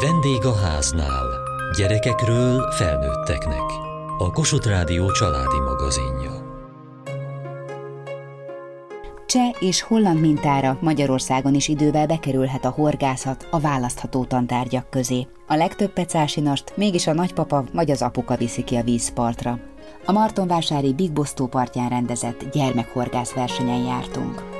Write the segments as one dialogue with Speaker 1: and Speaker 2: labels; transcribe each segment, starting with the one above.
Speaker 1: Vendég a háznál. Gyerekekről felnőtteknek. A Kossuth Rádió családi magazinja.
Speaker 2: Cseh és holland mintára Magyarországon is idővel bekerülhet a horgászat a választható tantárgyak közé. A legtöbb pecásinast mégis a nagypapa vagy az apuka viszi ki a vízpartra. A Martonvásári Big Bosztó partján rendezett gyermekhorgász versenyen jártunk.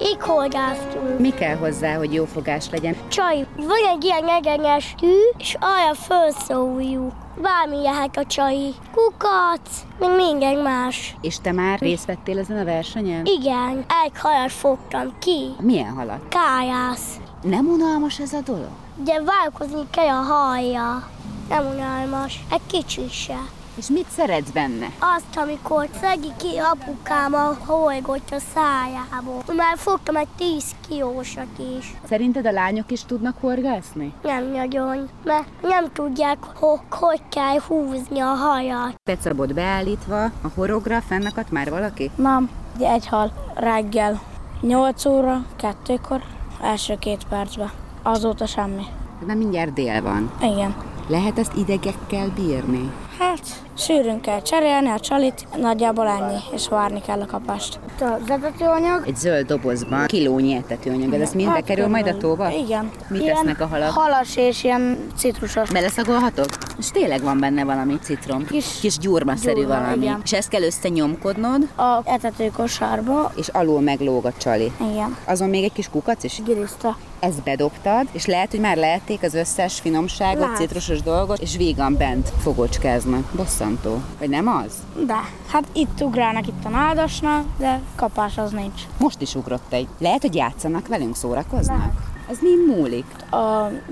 Speaker 3: Így horgásztunk.
Speaker 2: Mi kell hozzá, hogy jó fogás legyen?
Speaker 3: Csaj, van egy ilyen egyenes tű, és arra felszóljuk. Bármi lehet a csaj. Kukac, meg minden más.
Speaker 2: És te már részt vettél ezen a versenyen?
Speaker 3: Igen, egy halat fogtam ki.
Speaker 2: Milyen halat?
Speaker 3: Kájász.
Speaker 2: Nem unalmas ez a dolog?
Speaker 3: Ugye válkozni kell a hajja. Nem unalmas, egy kicsi se.
Speaker 2: És mit szeretsz benne?
Speaker 3: Azt, amikor szegi ki apukám a holgot a szájából. Már fogtam egy 10 kilósat is.
Speaker 2: Szerinted a lányok is tudnak horgászni?
Speaker 3: Nem nagyon, mert nem tudják, hogy, hogy kell húzni a hajat.
Speaker 2: Pecabot beállítva, a horogra fennakadt már valaki?
Speaker 4: Nem, ugye egy hal reggel 8 óra, 2-kor, első két percben. Azóta semmi.
Speaker 2: Mert mindjárt dél van.
Speaker 4: Igen.
Speaker 2: Lehet ezt idegekkel bírni?
Speaker 4: Hát, sűrűn kell cserélni a csalit, nagyjából ennyi, és várni kell a kapást.
Speaker 3: Az etetőanyag
Speaker 2: Egy zöld dobozban kilónyi etetőanyag, ez mind bekerül majd a tóba?
Speaker 4: Hát, Igen.
Speaker 2: Mit
Speaker 4: Ilyen
Speaker 2: tesznek a halak?
Speaker 4: Halas és ilyen citrusos.
Speaker 2: Beleszagolhatok? És tényleg van benne valami citrom.
Speaker 4: Kis-
Speaker 2: Kis gyurmaszerű
Speaker 4: gyurma,
Speaker 2: valami.
Speaker 4: igen.
Speaker 2: És ezt kell összenyomkodnod,
Speaker 4: A etetőkosárba,
Speaker 2: és alul meglóg a csali.
Speaker 4: igen,
Speaker 2: Azon még egy kis kukac is.
Speaker 4: giriszta.
Speaker 2: Ezt bedobtad, és lehet, hogy már lehették az összes finomságot,
Speaker 4: Lehet.
Speaker 2: citrusos dolgot, és vígan bent fogocskáznak. Bosszantó. Vagy nem az?
Speaker 4: De, hát itt ugrálnak itt a nádasnak, de kapás az nincs.
Speaker 2: Most is ugrott egy. Lehet, hogy játszanak velünk, szórakoznak? Ez mi múlik?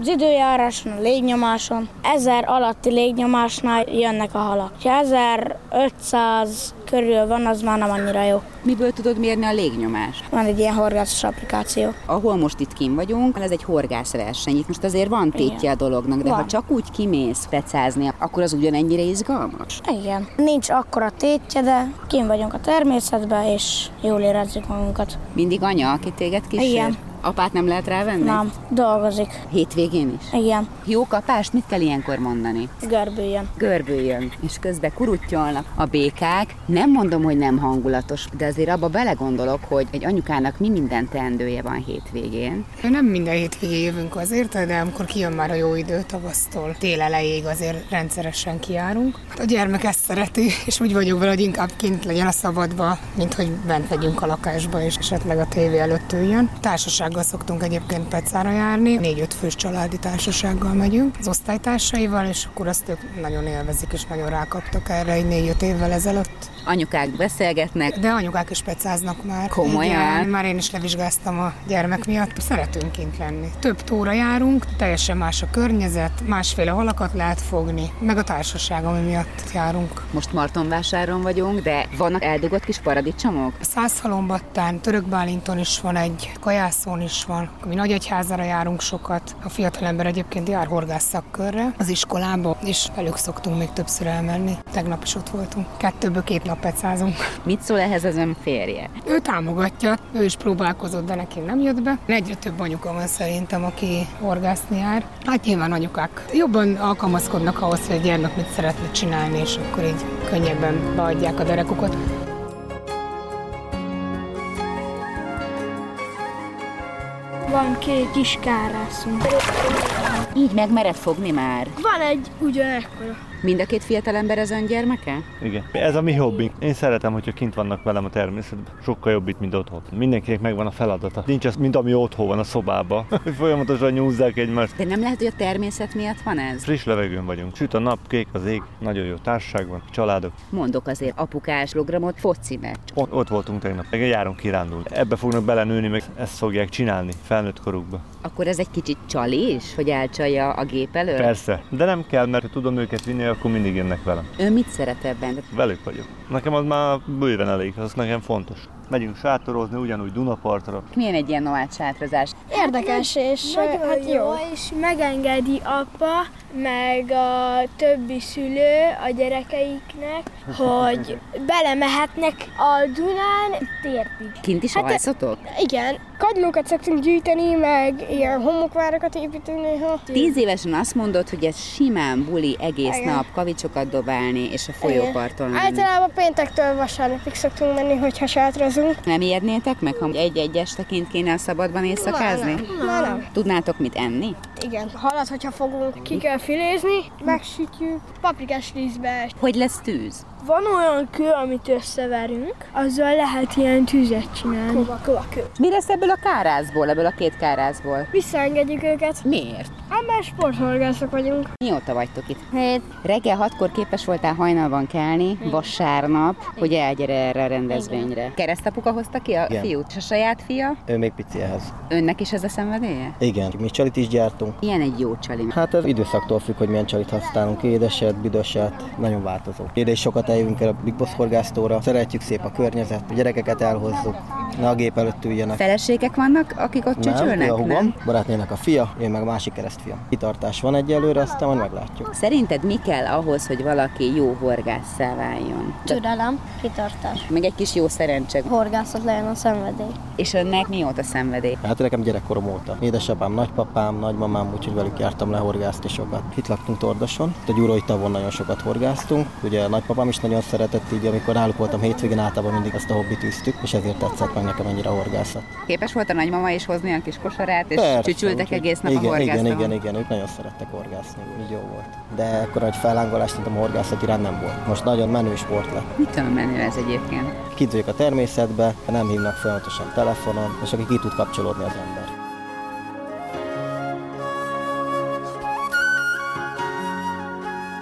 Speaker 4: Az időjáráson, a légnyomáson, 1000 alatti légnyomásnál jönnek a halak. Ha 1500 körül van, az már nem annyira jó.
Speaker 2: Miből tudod mérni a légnyomást?
Speaker 4: Van egy ilyen horgászos applikáció.
Speaker 2: Ahol most itt kim vagyunk, ez egy horgászverseny. Itt most azért van tétje a dolognak, de ha
Speaker 4: Van.
Speaker 2: csak úgy kimész pecázni, akkor az ugyanennyire izgalmas.
Speaker 4: Igen. Nincs akkora tétje, de kim vagyunk a természetben, és jól érezzük magunkat.
Speaker 2: Mindig anya, aki téged kísér?
Speaker 4: Igen.
Speaker 2: Apát nem lehet rávenni?
Speaker 4: Nem, dolgozik.
Speaker 2: Hétvégén is?
Speaker 4: Igen,
Speaker 2: Jó kapást mit kell ilyenkor mondani?
Speaker 4: görbüljön.
Speaker 2: Görbüljön, és közben kurutyolnak a békák. Nem mondom, hogy nem hangulatos, de azért abba belegondolok, hogy egy anyukának mi minden teendője van hétvégén.
Speaker 5: Nem minden hétvégén jövünk azért, de amikor kijön már a jó idő tavasztól, tél elejéig azért rendszeresen kijárunk. Hát A gyermek ezt szereti, és úgy vagyok vele, hogy inkább kint legyen a szabadba, mint hogy bent legyünk a lakásba, és esetleg a tévé előtt üljön. Társasággal szoktunk egyébként Pecára járni, négy-öt fős családi társasággal megyünk, az osztálytársaival, és akkor azt ők nagyon élvezik, és nagyon rákaptak erre egy négy-öt évvel ezelőtt.
Speaker 2: Anyukák beszélgetnek,
Speaker 5: De anyukák is pecáznak már.
Speaker 2: Komolyan?
Speaker 5: Igen, már én is levizsgáztam a gyermek miatt. Szeretünk kint lenni. Több tóra járunk, teljesen más a környezet, másféle halakat lehet fogni, meg a társaság, ami miatt járunk.
Speaker 2: Most Martonvásáron vagyunk, de vannak eldugott kis paradicsomok?
Speaker 5: A Százhalombattán, Török Bálinton is van egy, Kajászón is van, mi Nagyegyházára járunk sokat. A fiatalember egyébként jár horgász szakkörre az iskolába, és velük szoktunk még többször elmenni. Tegnap is ott voltunk. Kettőből két nap pecázunk.
Speaker 2: Mit szól ehhez az ön férje?
Speaker 5: Ő támogatja, ő is próbálkozott, de neki nem jött be. Egyre több anyuka van szerintem, aki horgászni jár. Hát nyilván anyukák jobban alkalmazkodnak ahhoz, hogy a gyermek mit szeretne csinálni, és akkor így könnyebben beadják a derekukat.
Speaker 4: Van két kis kárászunk.
Speaker 2: Így meg mered fogni már.
Speaker 4: Van egy ugyanekkora.
Speaker 2: Mind a két fiatalember az ön gyermeke?
Speaker 6: Igen. Ez a mi hobbink. Én szeretem, hogyha kint vannak velem a természetben. Sokkal jobb itt, mint otthon. Mindenkinek megvan a feladata. Nincs az, mint ami otthon van a szobában. Folyamatosan nyúzzák egymást.
Speaker 2: De nem lehet, hogy a természet miatt van ez?
Speaker 6: Friss levegőn vagyunk. Süt a nap, kék az ég, nagyon jó társaság van, családok.
Speaker 2: Mondok azért apukás programot, foci meccs.
Speaker 6: Ott, ott voltunk tegnap, meg járunk kirándulni. Ebbe fognak belenőni, meg ezt fogják csinálni felnőtt korukba.
Speaker 2: Akkor ez egy kicsit csali is, hogy elcsalja a gép elől?
Speaker 6: Persze, de nem kell, mert ha tudom őket vinni, akkor mindig jönnek velem.
Speaker 2: Ön mit szeret ebben?
Speaker 6: Velük vagyok. Nekem az már bőven elég, az nekem fontos. megyünk sátorozni, ugyanúgy Dunapartra.
Speaker 2: Milyen egy ilyen noád sátrazás?
Speaker 7: Érdekes, és
Speaker 8: Nagyon
Speaker 7: hát jó.
Speaker 8: jó, és megengedi apa, meg a többi szülő a gyerekeiknek, hogy belemehetnek a Dunán tértig.
Speaker 2: Kint is hát alszotok?
Speaker 8: Igen, kagylókat szoktunk gyűjteni, meg ilyen homokvárakat építeni néha.
Speaker 2: Tíz évesen azt mondod, hogy ez simán buli egész nap kavicsokat dobálni és a folyóparton lenni.
Speaker 8: Általában péntektől vasárnapig szoktunk menni, hogyha sátrazunk.
Speaker 2: Nem ijednétek meg, ha egy-egy esteként kéne a szabadban éjszakázni?
Speaker 8: Na, nem.
Speaker 2: Tudnátok mit enni?
Speaker 8: Igen, halat, hogyha fogunk, ki kell filézni, megsütjük, paprikás vízbe.
Speaker 2: Hogy lesz tűz?
Speaker 8: Van olyan kő, amit összeverünk, azzal lehet ilyen tüzet csinálni. Kova, kova, kő.
Speaker 2: Mi lesz ebből a kárázból, ebből a két kárázból?
Speaker 8: Visszaengedjük őket.
Speaker 2: Miért?
Speaker 8: Ám mert sporthorgászok vagyunk.
Speaker 2: Mióta vagytok itt? Hét.
Speaker 8: Hát-
Speaker 2: Reggel hatkor képes voltál hajnalban kelni, vasárnap, hogy elgyere erre a rendezvényre. Keresztapuka hozta ki a
Speaker 9: Igen.
Speaker 2: fiút, és a saját fia?
Speaker 9: Ő még pici ehhez.
Speaker 2: Önnek is ez a szenvedélye?
Speaker 9: Igen, mi csalit is gyártunk.
Speaker 2: Ilyen egy jó csali.
Speaker 9: Hát ez időszaktól függ, hogy milyen csalit használunk, édeset, büdöset, nagyon változó. Édes sokat eljövünk el a Big Boss horgásztóra, szeretjük szép a környezet, a gyerekeket elhozzuk, ne a gép előtt üljenek.
Speaker 2: Feleségek vannak, akik ott
Speaker 9: ő
Speaker 2: csücsülnek?
Speaker 9: a hugom, barátnének a fia, én meg a másik keresztfiam. Kitartás van egyelőre, aztán majd meglátjuk.
Speaker 2: Szerinted mi kell ahhoz, hogy valaki jó horgásszá váljon? Csak
Speaker 7: Türelem, kitartás.
Speaker 2: meg egy kis jó szerencse.
Speaker 7: Horgászat legyen a szenvedély.
Speaker 2: És önnek mióta szenvedély?
Speaker 9: Hát nekem gyerekkorom óta. Édesapám, nagypapám, nagymamám, úgyhogy velük jártam le horgászni sokat. Itt laktunk Tordoson, itt a Gyurói tavon nagyon sokat horgáztunk. Ugye nagypapám is nagyon szeretett így, amikor náluk voltam hétvégén, általában mindig ezt a hobbit üztük, és ezért tetszett meg nekem ennyire a horgászat.
Speaker 2: Képes volt a nagymama is hozni a kis kosarát, és
Speaker 9: Persze,
Speaker 2: csücsültek
Speaker 9: úgyhogy-
Speaker 2: egész nap
Speaker 9: igen,
Speaker 2: a horgászton.
Speaker 9: Igen, igen, igen, ők nagyon szerettek horgászni, így jó volt. De akkor nagy fellángolás szerintem a horgászat iránt nem volt. Most nagyon menő sport lett.
Speaker 2: Mitől menő ez egyébként?
Speaker 9: Kint vagyok a természetbe, nem hívnak folyamatosan telefonon, és aki ki tud kapcsolódni az ember.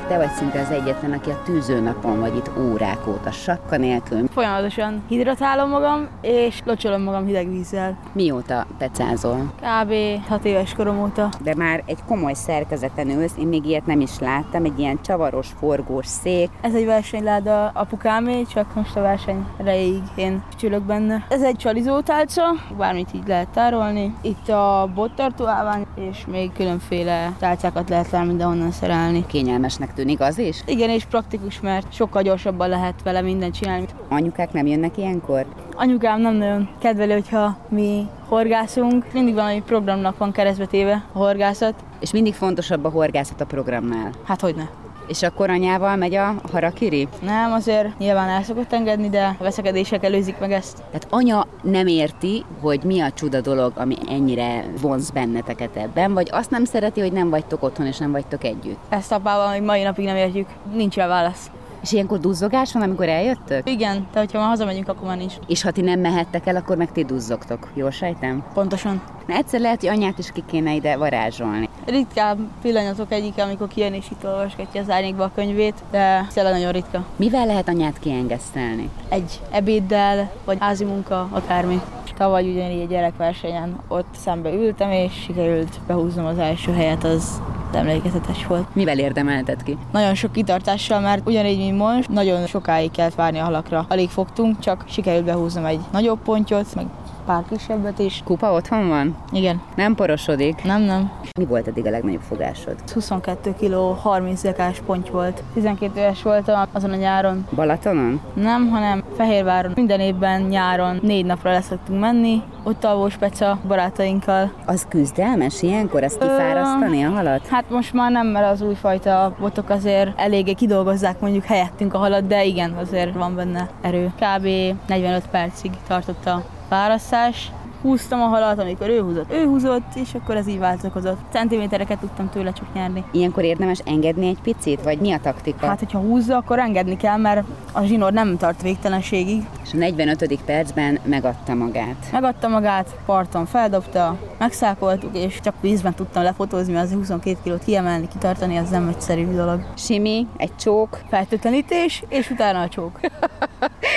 Speaker 2: Te vagy szinte az egyetlen, aki a tűzőnapon vagy itt órák óta, sakka nélkül.
Speaker 10: Folyamatosan hidratálom magam, és locsolom magam hideg vízzel.
Speaker 2: Mióta pecázol?
Speaker 10: Kb. 6 éves korom óta.
Speaker 2: De már egy komoly szerkezeten ülsz, én még ilyet nem is láttam, egy ilyen csavaros, forgós szék.
Speaker 10: Ez egy versenyláda apukámé, csak most a verseny erejéig én csülök benne. Ez egy csalizótálca, bármit így lehet tárolni. Itt a bottartó állvány, és még különféle tálcákat lehet le mindenhonnan szerelni.
Speaker 2: Kényelmesnek tűnik az is?
Speaker 10: Igen, és praktikus, mert sokkal gyorsabban lehet vele mindent csinálni.
Speaker 2: Anyukák nem jönnek ilyenkor?
Speaker 10: Anyukám nem nagyon kedveli, hogyha mi horgászunk. Mindig valami programnak van keresztbetéve a horgászat.
Speaker 2: És mindig fontosabb a horgászat a programnál.
Speaker 10: Hát hogy ne.
Speaker 2: És akkor anyával megy a harakiri?
Speaker 10: Nem, azért nyilván el szokott engedni, de a veszekedések előzik meg ezt.
Speaker 2: Tehát anya nem érti, hogy mi a csuda dolog, ami ennyire vonz benneteket ebben, vagy azt nem szereti, hogy nem vagytok otthon és nem vagytok együtt.
Speaker 10: Ezt apával még mai napig nem értjük. Nincs rá válasz.
Speaker 2: És ilyenkor duzzogás van, amikor eljöttök?
Speaker 10: Igen, de hogyha már hazamegyünk, akkor már nincs.
Speaker 2: És ha ti nem mehettek el, akkor meg ti duzzogtok. Jól sejtem?
Speaker 10: Pontosan.
Speaker 2: Na egyszer lehet, hogy anyát is ki kéne ide varázsolni.
Speaker 10: Ritkább pillanatok egyik, amikor kijön és itt olvasgatja az árnyékba a könyvét, de tényleg nagyon ritka.
Speaker 2: Mivel lehet anyát kiengesztelni?
Speaker 10: Egy ebéddel, vagy házi munka, akármi. Tavaly ugyanígy egy gyerekversenyen ott szembe ültem, és sikerült behúznom az első helyet, az emlékezetes volt.
Speaker 2: Mivel érdemelted ki?
Speaker 10: Nagyon sok kitartással, mert ugyanígy, mint most, nagyon sokáig kellett várni a halakra. Alig fogtunk, csak sikerült behúznom egy nagyobb pontyot, meg pár kisebbet is.
Speaker 2: Kupa otthon van?
Speaker 10: Igen,
Speaker 2: Nem porosodik?
Speaker 10: nem, nem.
Speaker 2: Mi volt eddig a legnagyobb fogásod?
Speaker 10: 22 kg, 30 zekás ponty volt. 12 éves voltam azon a nyáron.
Speaker 2: Balatonon?
Speaker 10: Nem, hanem Fehérváron. Minden évben nyáron négy napra leszoktunk menni. Ott alvós peca barátainkkal.
Speaker 2: Az küzdelmes ilyenkor? Azt kifárasztani a halat?
Speaker 10: Hát most már nem, mert az újfajta botok azért eléggé kidolgozzák mondjuk helyettünk a halat, de igen, azért van benne erő. Kb. 45 percig tartott a választás. Húztam a halat, amikor ő húzott, ő húzott, és akkor ez így változott. Centimétereket tudtam tőle csak nyerni.
Speaker 2: Ilyenkor érdemes engedni egy picit? Vagy mi a taktika?
Speaker 10: Hát, hogyha húzza, akkor engedni kell, mert a zsinór nem tart végtelenségig.
Speaker 2: És a 45. percben megadta magát.
Speaker 10: Megadta magát, parton feldobta, megszákoltuk, és csak vízben tudtam lefotózni, mert az 22 kilót kiemelni, kitartani, az nem egyszerű dolog.
Speaker 2: Simi, egy csók,
Speaker 10: Feltötlenítés, és utána a csók.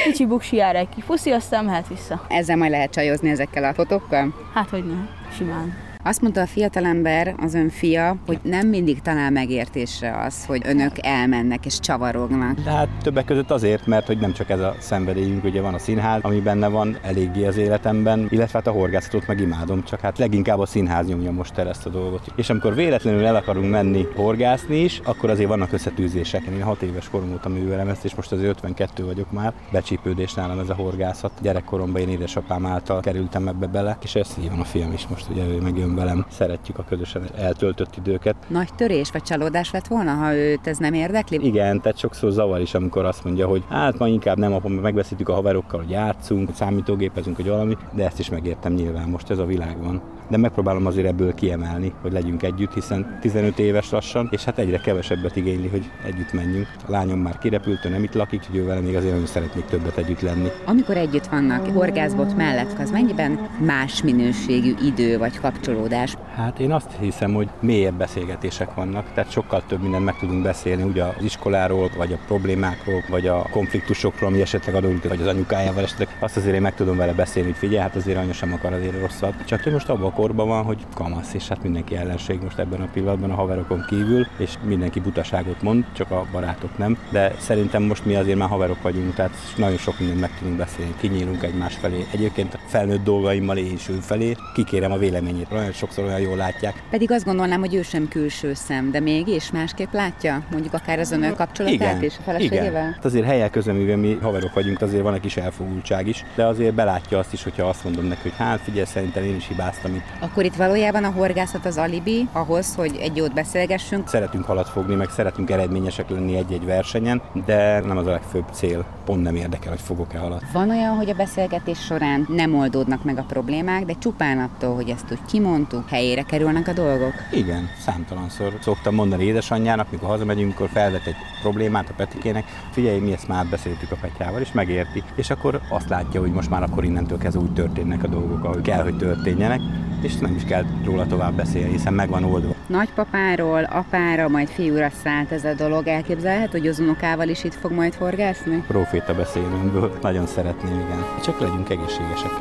Speaker 10: Kicsi buksi jár egy kifuszi, aztán mehet vissza.
Speaker 2: ezzel majd lehet csajozni ezekkel a fotókkal?
Speaker 10: Hát, hogy ne, simán.
Speaker 2: Azt mondta a fiatalember, az ön fia, hogy nem mindig talál megértésre az, hogy önök elmennek és csavarognak.
Speaker 11: De hát többek között azért, mert hogy nem csak ez a szenvedélyünk, ugye van a színház, ami benne van eléggé az életemben, illetve hát a horgászatot meg imádom, csak hát leginkább a színház nyomja most el ezt a dolgot. És amikor véletlenül el akarunk menni horgászni is, akkor azért vannak összetűzések. Én 6 éves korom óta művelem ezt, és most azért 52 vagyok már. Becsípődés nálam ez a horgászat. Gyerekkoromban én édesapám által kerültem ebbe bele, és ezt így van a fiam is most, ugye ő megjön velem. Szeretjük a közösen eltöltött időket.
Speaker 2: Nagy törés vagy csalódás lett volna, ha őt ez nem érdekli?
Speaker 11: Igen, tehát sokszor zavar is, amikor azt mondja, hogy hát ma inkább nem, apa, megbeszéltük a haverokkal, hogy játszunk, hogy számítógépezünk, hogy valami, de ezt is megértem nyilván, most ez a világban. De megpróbálom azért ebből kiemelni, hogy legyünk együtt, hiszen 15 éves lassan, és hát egyre kevesebbet igényli, hogy együtt menjünk. A lányom már kirepült, ő nem itt lakik, hogy ővel még azért nagyon szeretnék többet együtt lenni.
Speaker 2: Amikor együtt vannak, horgászbot mellett, az mennyiben más minőségű idő vagy kapcsolódás?
Speaker 11: Hát én azt hiszem, hogy mélyebb beszélgetések vannak, tehát sokkal több mindent meg tudunk beszélni, ugye az iskoláról, vagy a problémákról, vagy a konfliktusokról, ami esetleg adódik, vagy az anyukájával esetleg. Azt azért én meg tudom vele beszélni, hogy figyelj, hát azért anya sem akar azért rosszat. Csak hogy most abban a korban van, hogy kamasz, és hát mindenki ellenség most ebben a pillanatban a haverokon kívül, és mindenki butaságot mond, csak a barátok nem. De szerintem most mi azért már haverok vagyunk, tehát nagyon sok mindent meg tudunk beszélni, kinyílunk egymás felé. Egyébként a felnőtt dolgaimmal én is ő felé, kikérem a véleményét, nagyon sokszor olyan jól látják.
Speaker 2: Pedig azt gondolnám, hogy ő sem külső szem, de mégis másképp látja, mondjuk akár az önök kapcsolatát
Speaker 11: Igen,
Speaker 2: és a feleségével?
Speaker 11: igen. Hát azért helyek közben, mivel mi haverok vagyunk, azért van egy kis elfogultság is, de azért belátja azt is, hogyha azt mondom neki, hogy hát figyelj, szerintem én is hibáztam itt.
Speaker 2: Akkor itt valójában a horgászat az alibi ahhoz, hogy egy jót beszélgessünk.
Speaker 11: Szeretünk halat fogni, meg szeretünk eredményesek lenni egy-egy versenyen, de nem az a legfőbb cél. Pont nem érdekel, hogy fogok-e halat.
Speaker 2: Van olyan, hogy a beszélgetés során nem oldódnak meg a problémák, de csupán attól, hogy ezt úgy kimondtuk, helyére kerülnek a dolgok.
Speaker 11: Igen, számtalanszor szoktam mondani édesanyjának, mikor hazamegyünk, mikor felvet egy problémát a Petikének, figyelj, mi ezt már átbeszéltük a Petyával, és megérti. És akkor azt látja, hogy most már akkor innentől kezdve úgy történnek a dolgok, ahogy kell, hogy történjenek, és nem is kell róla tovább beszélni, hiszen megvan oldva.
Speaker 2: Nagypapáról, apára, majd fiúra szállt ez a dolog. Elképzelhet, hogy az unokával is itt fog majd horgászni?
Speaker 11: Proféta beszélőnkből nagyon szeretném, igen. Csak legyünk egészségesek.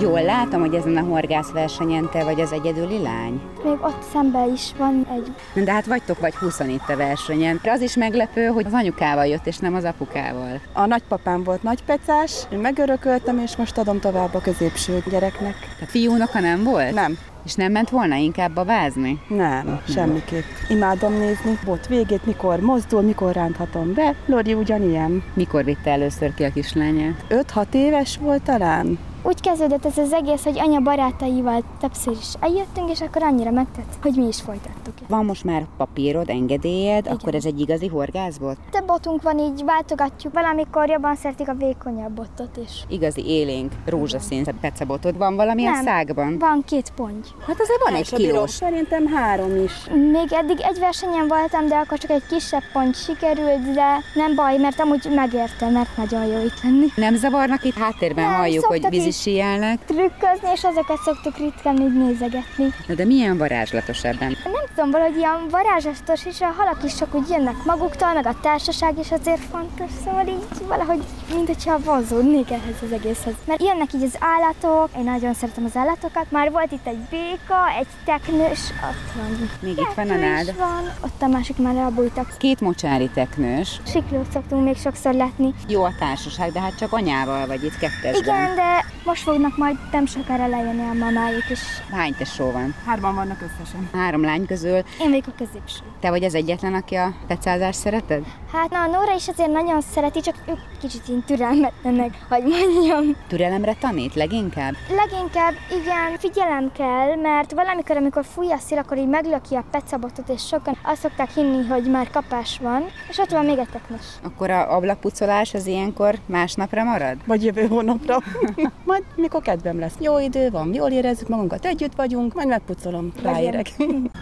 Speaker 2: Jól látom, hogy ezen a horgászversenyen te vagy az egyedüli lány.
Speaker 12: Még ott szemben is van egy...
Speaker 2: De hát vagytok vagy 20 itt a versenyen. De Az is meglepő, hogy az anyukával jött, és nem az apukával.
Speaker 10: A nagypapám volt nagypecás, én megörököltem, és most adom tovább a középső gyereknek.
Speaker 2: A fiúnoka nem volt?
Speaker 10: Nem.
Speaker 2: És nem ment volna inkább babázni?
Speaker 10: Nem, semmiképp. Imádom nézni, bot végét, mikor mozdul, mikor ránthatom be. Lori ugyanilyen.
Speaker 2: Mikor vitte először ki a kislányát?
Speaker 10: 5-6 éves volt talán.
Speaker 12: Úgy kezdődött ez az egész, hogy anya barátaival többször is eljöttünk, és akkor annyira megtett, hogy mi is folytattuk.
Speaker 2: Van most már papírod, engedélyed, Igen. akkor ez egy igazi horgász volt?
Speaker 12: Több botunk van, így váltogatjuk, valamikor jobban szeretik a vékonyabb botot is.
Speaker 2: Igazi élénk, rózsaszín pecebotod van valamilyen
Speaker 12: Nem.
Speaker 2: szágban?
Speaker 12: Van két ponty.
Speaker 2: Hát azért van egy kilós.
Speaker 10: Szerintem három is.
Speaker 12: Még eddig egy versenyen voltam, de akkor csak egy kisebb pont sikerült, de nem baj, mert amúgy megértem, mert nagyon jó itt lenni.
Speaker 2: Nem zavarnak itt háttérben,
Speaker 12: Nem,
Speaker 2: halljuk, hogy
Speaker 12: szoktak is.
Speaker 2: vízisíjelnek.
Speaker 12: Trükközni, és azokat szoktuk ritkán így nézegetni.
Speaker 2: Na de milyen varázslatos ebben?
Speaker 12: Nem tudom, valahogy ilyen varázsastos, és a halak is csak úgy jönnek maguktól, meg a társaság is azért fontos, szóval így valahogy, mint hogyha vonzódnék ehhez az egészhez. Mert jönnek így az állatok, én nagyon szeretem az állatokat, már volt itt egy béka, egy teknős, ott van.
Speaker 2: Még itt van a
Speaker 12: Kettő is
Speaker 2: nád.
Speaker 12: van, ott a másik már elbújtak.
Speaker 2: Két mocsári teknős.
Speaker 12: Siklót szoktunk még sokszor látni.
Speaker 2: Jó a társaság, de hát csak anyával vagy itt kettesben.
Speaker 12: Igen, de most fognak majd nem sokára lejönni a mamájuk is.
Speaker 2: Hány tesó van?
Speaker 10: Hárman vannak összesen.
Speaker 2: Három lány közül.
Speaker 12: Én vagyok a középső.
Speaker 2: Te vagy az egyetlen, aki a pecázást szereted?
Speaker 12: Hát na, a Nóra is azért nagyon szereti, csak ők kicsit ilyen türelmetlenek, hogy mondjam.
Speaker 2: Türelemre tanít leginkább?
Speaker 12: Leginkább igen, figyelem kell, mert valamikor, amikor fúj a szél, akkor így meglöki a pecabotot, és sokan azt szokták hinni, hogy már kapás van, és ott van még egy teknős.
Speaker 2: Akkor a ablakpucolás az ilyenkor másnapra marad?
Speaker 10: Vagy jövő hónapra. majd mikor kedvem lesz. Jó idő van, jól érezzük magunkat, együtt vagyunk, majd megpucolom, ráérek.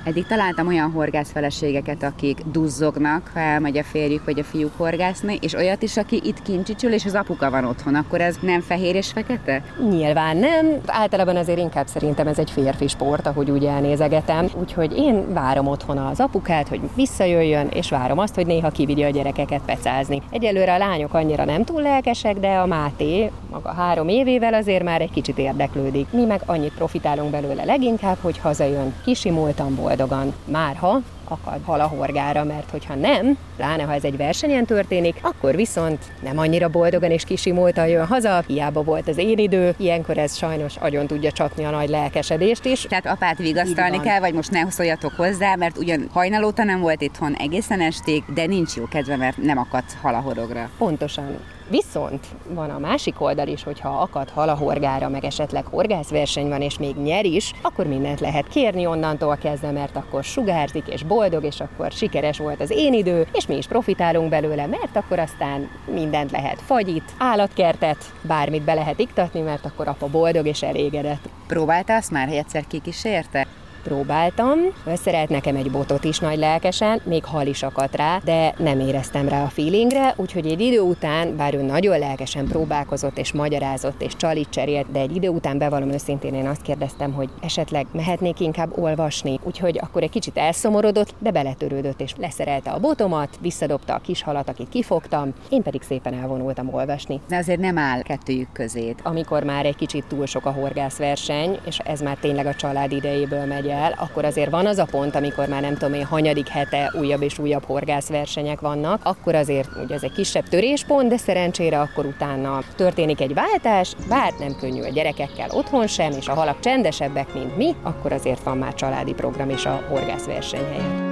Speaker 2: Eddig találtam olyan horgászfeleségeket, akik duzzognak, ha elmegy a férjük vagy a fiúk horgászni, és olyat is, aki itt kincsicsül, és az apuka van otthon, akkor ez nem fehér és fekete?
Speaker 13: Nyilván nem, általában azért inkább szerintem ez egy férfi sport, ahogy úgy elnézegetem, úgyhogy én várom otthon az apukát, hogy visszajöjjön, és várom azt, hogy néha kivigye a gyerekeket pecázni. Egyelőre a lányok annyira nem túl lelkesek, de a Máté maga három évével azért már egy kicsit érdeklődik. Mi meg annyit profitálunk belőle leginkább, hogy hazajön kisimultan boldogan. Márha akad hal a horgára, mert hogyha nem, pláne ha ez egy versenyen történik, akkor viszont nem annyira boldogan és kisimultan jön haza, hiába volt az én idő, ilyenkor ez sajnos agyon tudja csapni a nagy lelkesedést is.
Speaker 2: Tehát apát vigasztalni
Speaker 13: van.
Speaker 2: kell, vagy most ne szóljatok hozzá, mert ugyan hajnal óta nem volt itthon egészen estig, de nincs jó kedve, mert nem akadsz hal a horogra.
Speaker 13: Pontosan. Viszont van a másik oldal is, hogyha akad hal a horgára, meg esetleg horgászverseny van, és még nyer is, akkor mindent lehet kérni onnantól kezdve, mert akkor sugárzik, és boldog, és akkor sikeres volt az én idő, és mi is profitálunk belőle, mert akkor aztán mindent lehet fagyit, állatkertet, bármit be lehet iktatni, mert akkor apa boldog és elégedett.
Speaker 2: Próbálta azt már, hogy egyszer kikísérte?
Speaker 13: Próbáltam, összerelt nekem egy botot is nagy lelkesen, még hal is akadt rá, de nem éreztem rá a feelingre, úgyhogy egy idő után, bár ő nagyon lelkesen próbálkozott és magyarázott és csalit cserélt, de egy idő után bevallom őszintén én azt kérdeztem, hogy esetleg mehetnék inkább olvasni, úgyhogy akkor egy kicsit elszomorodott, de beletörődött és leszerelte a botomat, visszadobta a kis halat, akit kifogtam, én pedig szépen elvonultam olvasni.
Speaker 2: De azért nem áll kettőjük közét.
Speaker 13: Amikor már egy kicsit túl sok a horgászverseny, és ez már tényleg a család idejéből megy el, akkor azért van az a pont, amikor már nem tudom én, hanyadik hete újabb és újabb horgászversenyek vannak, akkor azért ugye ez egy kisebb töréspont, de szerencsére akkor utána történik egy váltás, bár nem könnyű a gyerekekkel otthon sem, és a halak csendesebbek, mint mi, akkor azért van már családi program és a horgászverseny helyett.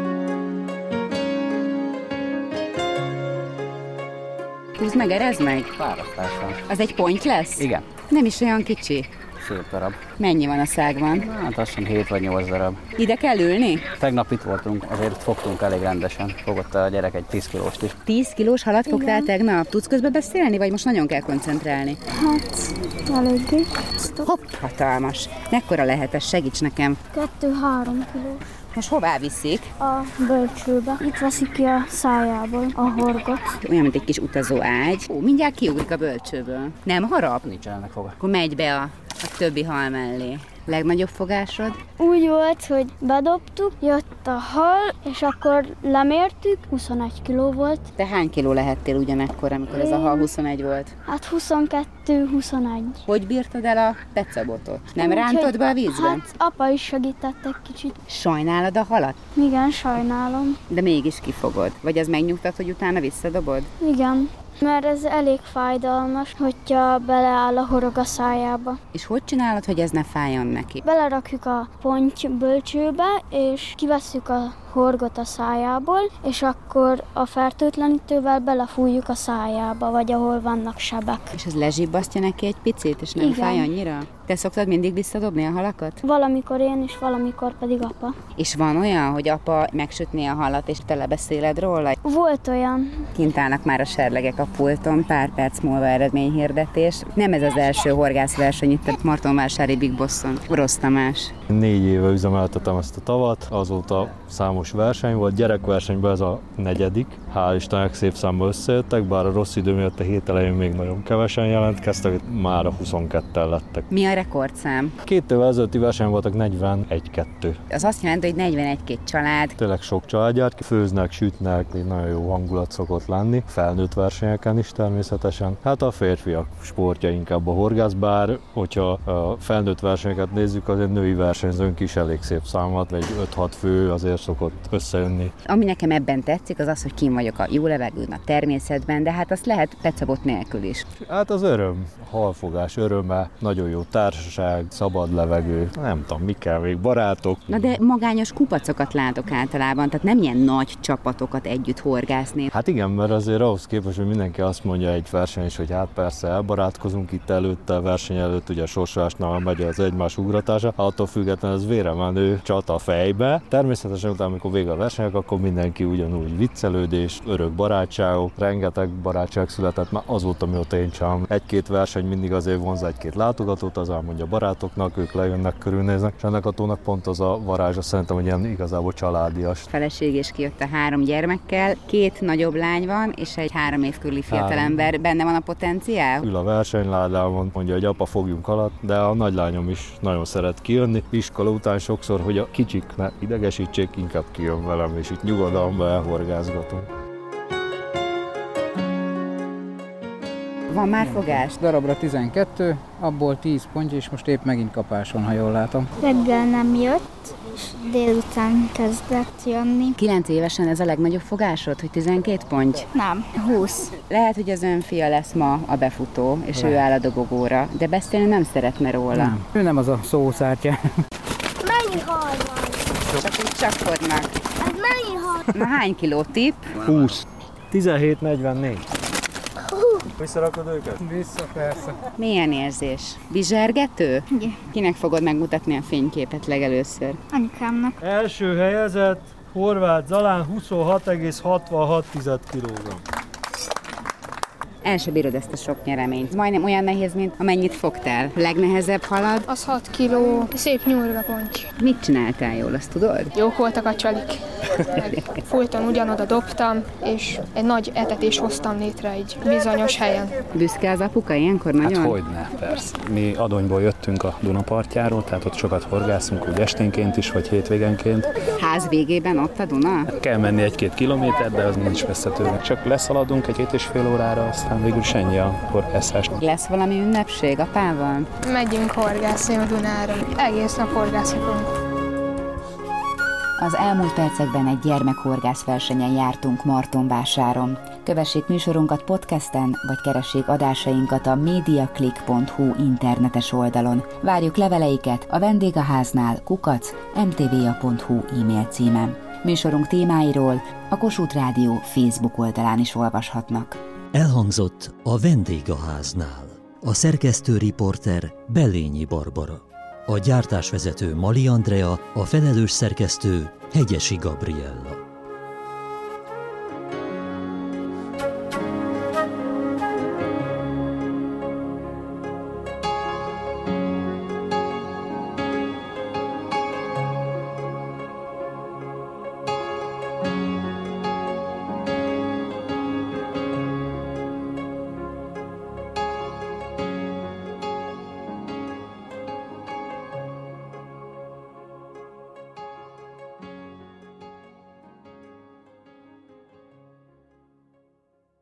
Speaker 2: Húzd meg, erezd meg.
Speaker 9: Fárasztás van.
Speaker 2: Az egy ponty lesz?
Speaker 9: Igen,
Speaker 2: Nem is olyan kicsi.
Speaker 9: szép darab.
Speaker 2: Mennyi van a szágban?
Speaker 9: Hát lassan 7 vagy 8 darab.
Speaker 2: Ide kell ülni?
Speaker 9: Tegnap itt voltunk, azért fogtunk elég rendesen. Fogott a gyerek egy 10 kilóst is.
Speaker 2: 10 kilós halat fogtál
Speaker 9: Igen.
Speaker 2: tegnap? Tudsz közbe beszélni, vagy most nagyon kell koncentrálni?
Speaker 14: Hát, eléggé.
Speaker 2: Hopp, hatalmas. Mekkora lehet ez? Segíts nekem.
Speaker 14: Kettő-három kilós.
Speaker 2: Most hová viszik?
Speaker 14: A bölcsőbe. Itt veszik ki a szájából a horgot.
Speaker 2: Olyan, mint egy kis utazó ágy. Ó, mindjárt kiugrik a bölcsőből. Nem harap?
Speaker 9: Nincs ennek foga.
Speaker 2: Akkor megy be a, a többi hal mellé. Legnagyobb fogásod?
Speaker 14: Úgy volt, hogy bedobtuk, jött a hal, és akkor lemértük, 21 kiló volt.
Speaker 2: Te hány kiló lehettél ugyanekkor, amikor ez a hal
Speaker 14: Én-
Speaker 2: 21 volt?
Speaker 14: Hát 22-21.
Speaker 2: Hogy bírtad el a pecabotot? Nem
Speaker 14: Úgyhogy-
Speaker 2: rántod be a vízbe?
Speaker 14: Hát apa is segített egy kicsit.
Speaker 2: Sajnálod a halat?
Speaker 14: Igen, sajnálom.
Speaker 2: De mégis kifogod. Vagy az megnyugtat, hogy utána visszadobod?
Speaker 14: Igen. Mert ez elég fájdalmas, hogyha beleáll a horog a szájába.
Speaker 2: És hogy csinálod, hogy ez ne fájjon neki?
Speaker 14: Belerakjuk a ponty bölcsőbe, és kivesszük a horgot a szájából, és akkor a fertőtlenítővel belefújjuk a szájába, vagy ahol vannak sebek.
Speaker 2: És ez lezsibbasztja neki egy picit, és nem
Speaker 14: Igen.
Speaker 2: fáj annyira? Te szoktad mindig visszadobni a halakat?
Speaker 14: Valamikor én, és valamikor pedig apa.
Speaker 2: És van olyan, hogy apa megsütné a halat, és te lebeszéled róla?
Speaker 14: Volt olyan,
Speaker 2: Kint állnak már a serlegek a pulton, pár perc múlva eredményhirdetés. Nem ez az első horgászverseny itt a Martonvásári Big Bosson. Orosz Tamás.
Speaker 15: Négy éve üzemeltetem ezt a tavat, azóta számos verseny volt, gyerekversenyben ez a negyedik. Hál' Istennek szép számba összejöttek, bár a rossz idő miatt a hét elején még nagyon kevesen jelentkeztek, már a 22-en lettek.
Speaker 2: Mi a rekordszám?
Speaker 15: Két évvel ezelőtti verseny voltak 41-2.
Speaker 2: Az azt jelenti, hogy 41 család.
Speaker 15: Tényleg sok családját főznek, sütnek, így nagyon jó hangulat szokott lenni. Felnőtt versenyeken is természetesen. Hát a férfiak sportja inkább a horgász, bár hogyha a felnőtt versenyeket nézzük, azért női versenyzőnk is elég szép számot, egy 5-6 fő azért szokott összejönni.
Speaker 2: Ami nekem ebben tetszik, az az, hogy kim vagyok a jó levegőn, a természetben, de hát azt lehet pecabot nélkül is.
Speaker 15: Hát az öröm, halfogás öröme, nagyon jó társaság, szabad levegő, nem tudom, mi kell még, barátok.
Speaker 2: Na de magányos kupacokat látok általában, tehát nem ilyen nagy csapatokat együtt horgászni.
Speaker 15: Hát igen, mert azért ahhoz képest, hogy mindenki azt mondja egy verseny is, hogy hát persze elbarátkozunk itt előtte, a verseny előtt ugye a sorsolásnál megy az egymás ugratása, hát attól függetlenül ez véremenő csata fejbe. Természetesen utána, amikor vége a versenyek, akkor mindenki ugyanúgy viccelődés, és örök barátságok, rengeteg barátság született már azóta, mióta én csinálom. Egy-két verseny mindig azért vonz egy-két látogatót, az elmondja barátoknak, ők lejönnek, körülnéznek, és ennek a tónak pont az a varázsa szerintem, hogy ilyen igazából családias.
Speaker 14: Feleség is kijött a három gyermekkel, két nagyobb lány van, és egy három év körüli fiatalember. Benne van a potenciál?
Speaker 15: Ül a versenyládában, mondja, hogy apa fogjunk alatt, de a nagylányom is nagyon szeret kijönni. Iskola után sokszor, hogy a kicsik ne idegesítsék, inkább kijön velem, és itt nyugodalomba elhorgázgatunk.
Speaker 14: Van már fogás?
Speaker 16: Darabra 12, abból 10 pontja, és most épp megint kapáson, ha jól látom.
Speaker 12: Reggel nem jött, és délután kezdett jönni.
Speaker 14: Kilenc évesen ez a legnagyobb fogásod, hogy 12 pont?
Speaker 12: Nem.
Speaker 14: 20. Lehet, hogy az ön fia lesz ma a befutó, és ő
Speaker 16: Lehet.
Speaker 14: áll a dobogóra, de beszélni nem szeretne róla.
Speaker 16: Nem. Ő nem az a szószártya.
Speaker 3: Mennyi hal van?
Speaker 14: Csak úgy csapkodnak.
Speaker 3: Hát mennyi hal?
Speaker 14: Na hány kiló tip?
Speaker 15: 20. 17.44.
Speaker 6: Visszarakod őket?
Speaker 16: Vissza, persze.
Speaker 14: Milyen érzés? Bizsergető? Igen. Kinek fogod megmutatni a fényképet legelőször?
Speaker 12: Anyukámnak.
Speaker 17: Első helyezett Horváth Zalán 26,66 kg.
Speaker 14: El se bírod ezt a sok nyereményt. Majdnem olyan nehéz, mint amennyit fogtál. Legnehezebb halad.
Speaker 18: Az 6 kiló, szép nyúlva ponty.
Speaker 14: Mit csináltál jól, azt tudod?
Speaker 18: Jók voltak a csalik. Meg Folyton ugyanoda dobtam, és egy nagy etetés hoztam létre egy bizonyos helyen.
Speaker 14: Büszke az apuka ilyenkor nagyon?
Speaker 19: Hát hogyne, persze. Mi Adonyból jöttünk a Duna partjáról, tehát ott sokat horgászunk, úgy esténként is, vagy hétvégenként.
Speaker 14: Ház végében ott a Duna?
Speaker 19: Kell menni egy-két kilométer, de az nincs messze tőlünk. Csak leszaladunk egy hét és fél órára, aztán végül is ennyi a horgászás.
Speaker 14: Lesz valami ünnepség apával?
Speaker 18: Megyünk horgászni a Dunára. Egész nap horgászni fogunk.
Speaker 2: Az elmúlt percekben egy gyermekhorgász versenyen jártunk Martonvásáron. Kövessék műsorunkat podcasten, vagy keressék adásainkat a mediaclick.hu internetes oldalon. Várjuk leveleiket a vendégháznál kukac mtva.hu e-mail címen. Műsorunk témáiról a Kossuth Rádió Facebook oldalán is olvashatnak.
Speaker 1: Elhangzott a vendégháznál. A szerkesztő riporter Belényi Barbara. A gyártásvezető Mali Andrea, a felelős szerkesztő Hegyesi Gabriella.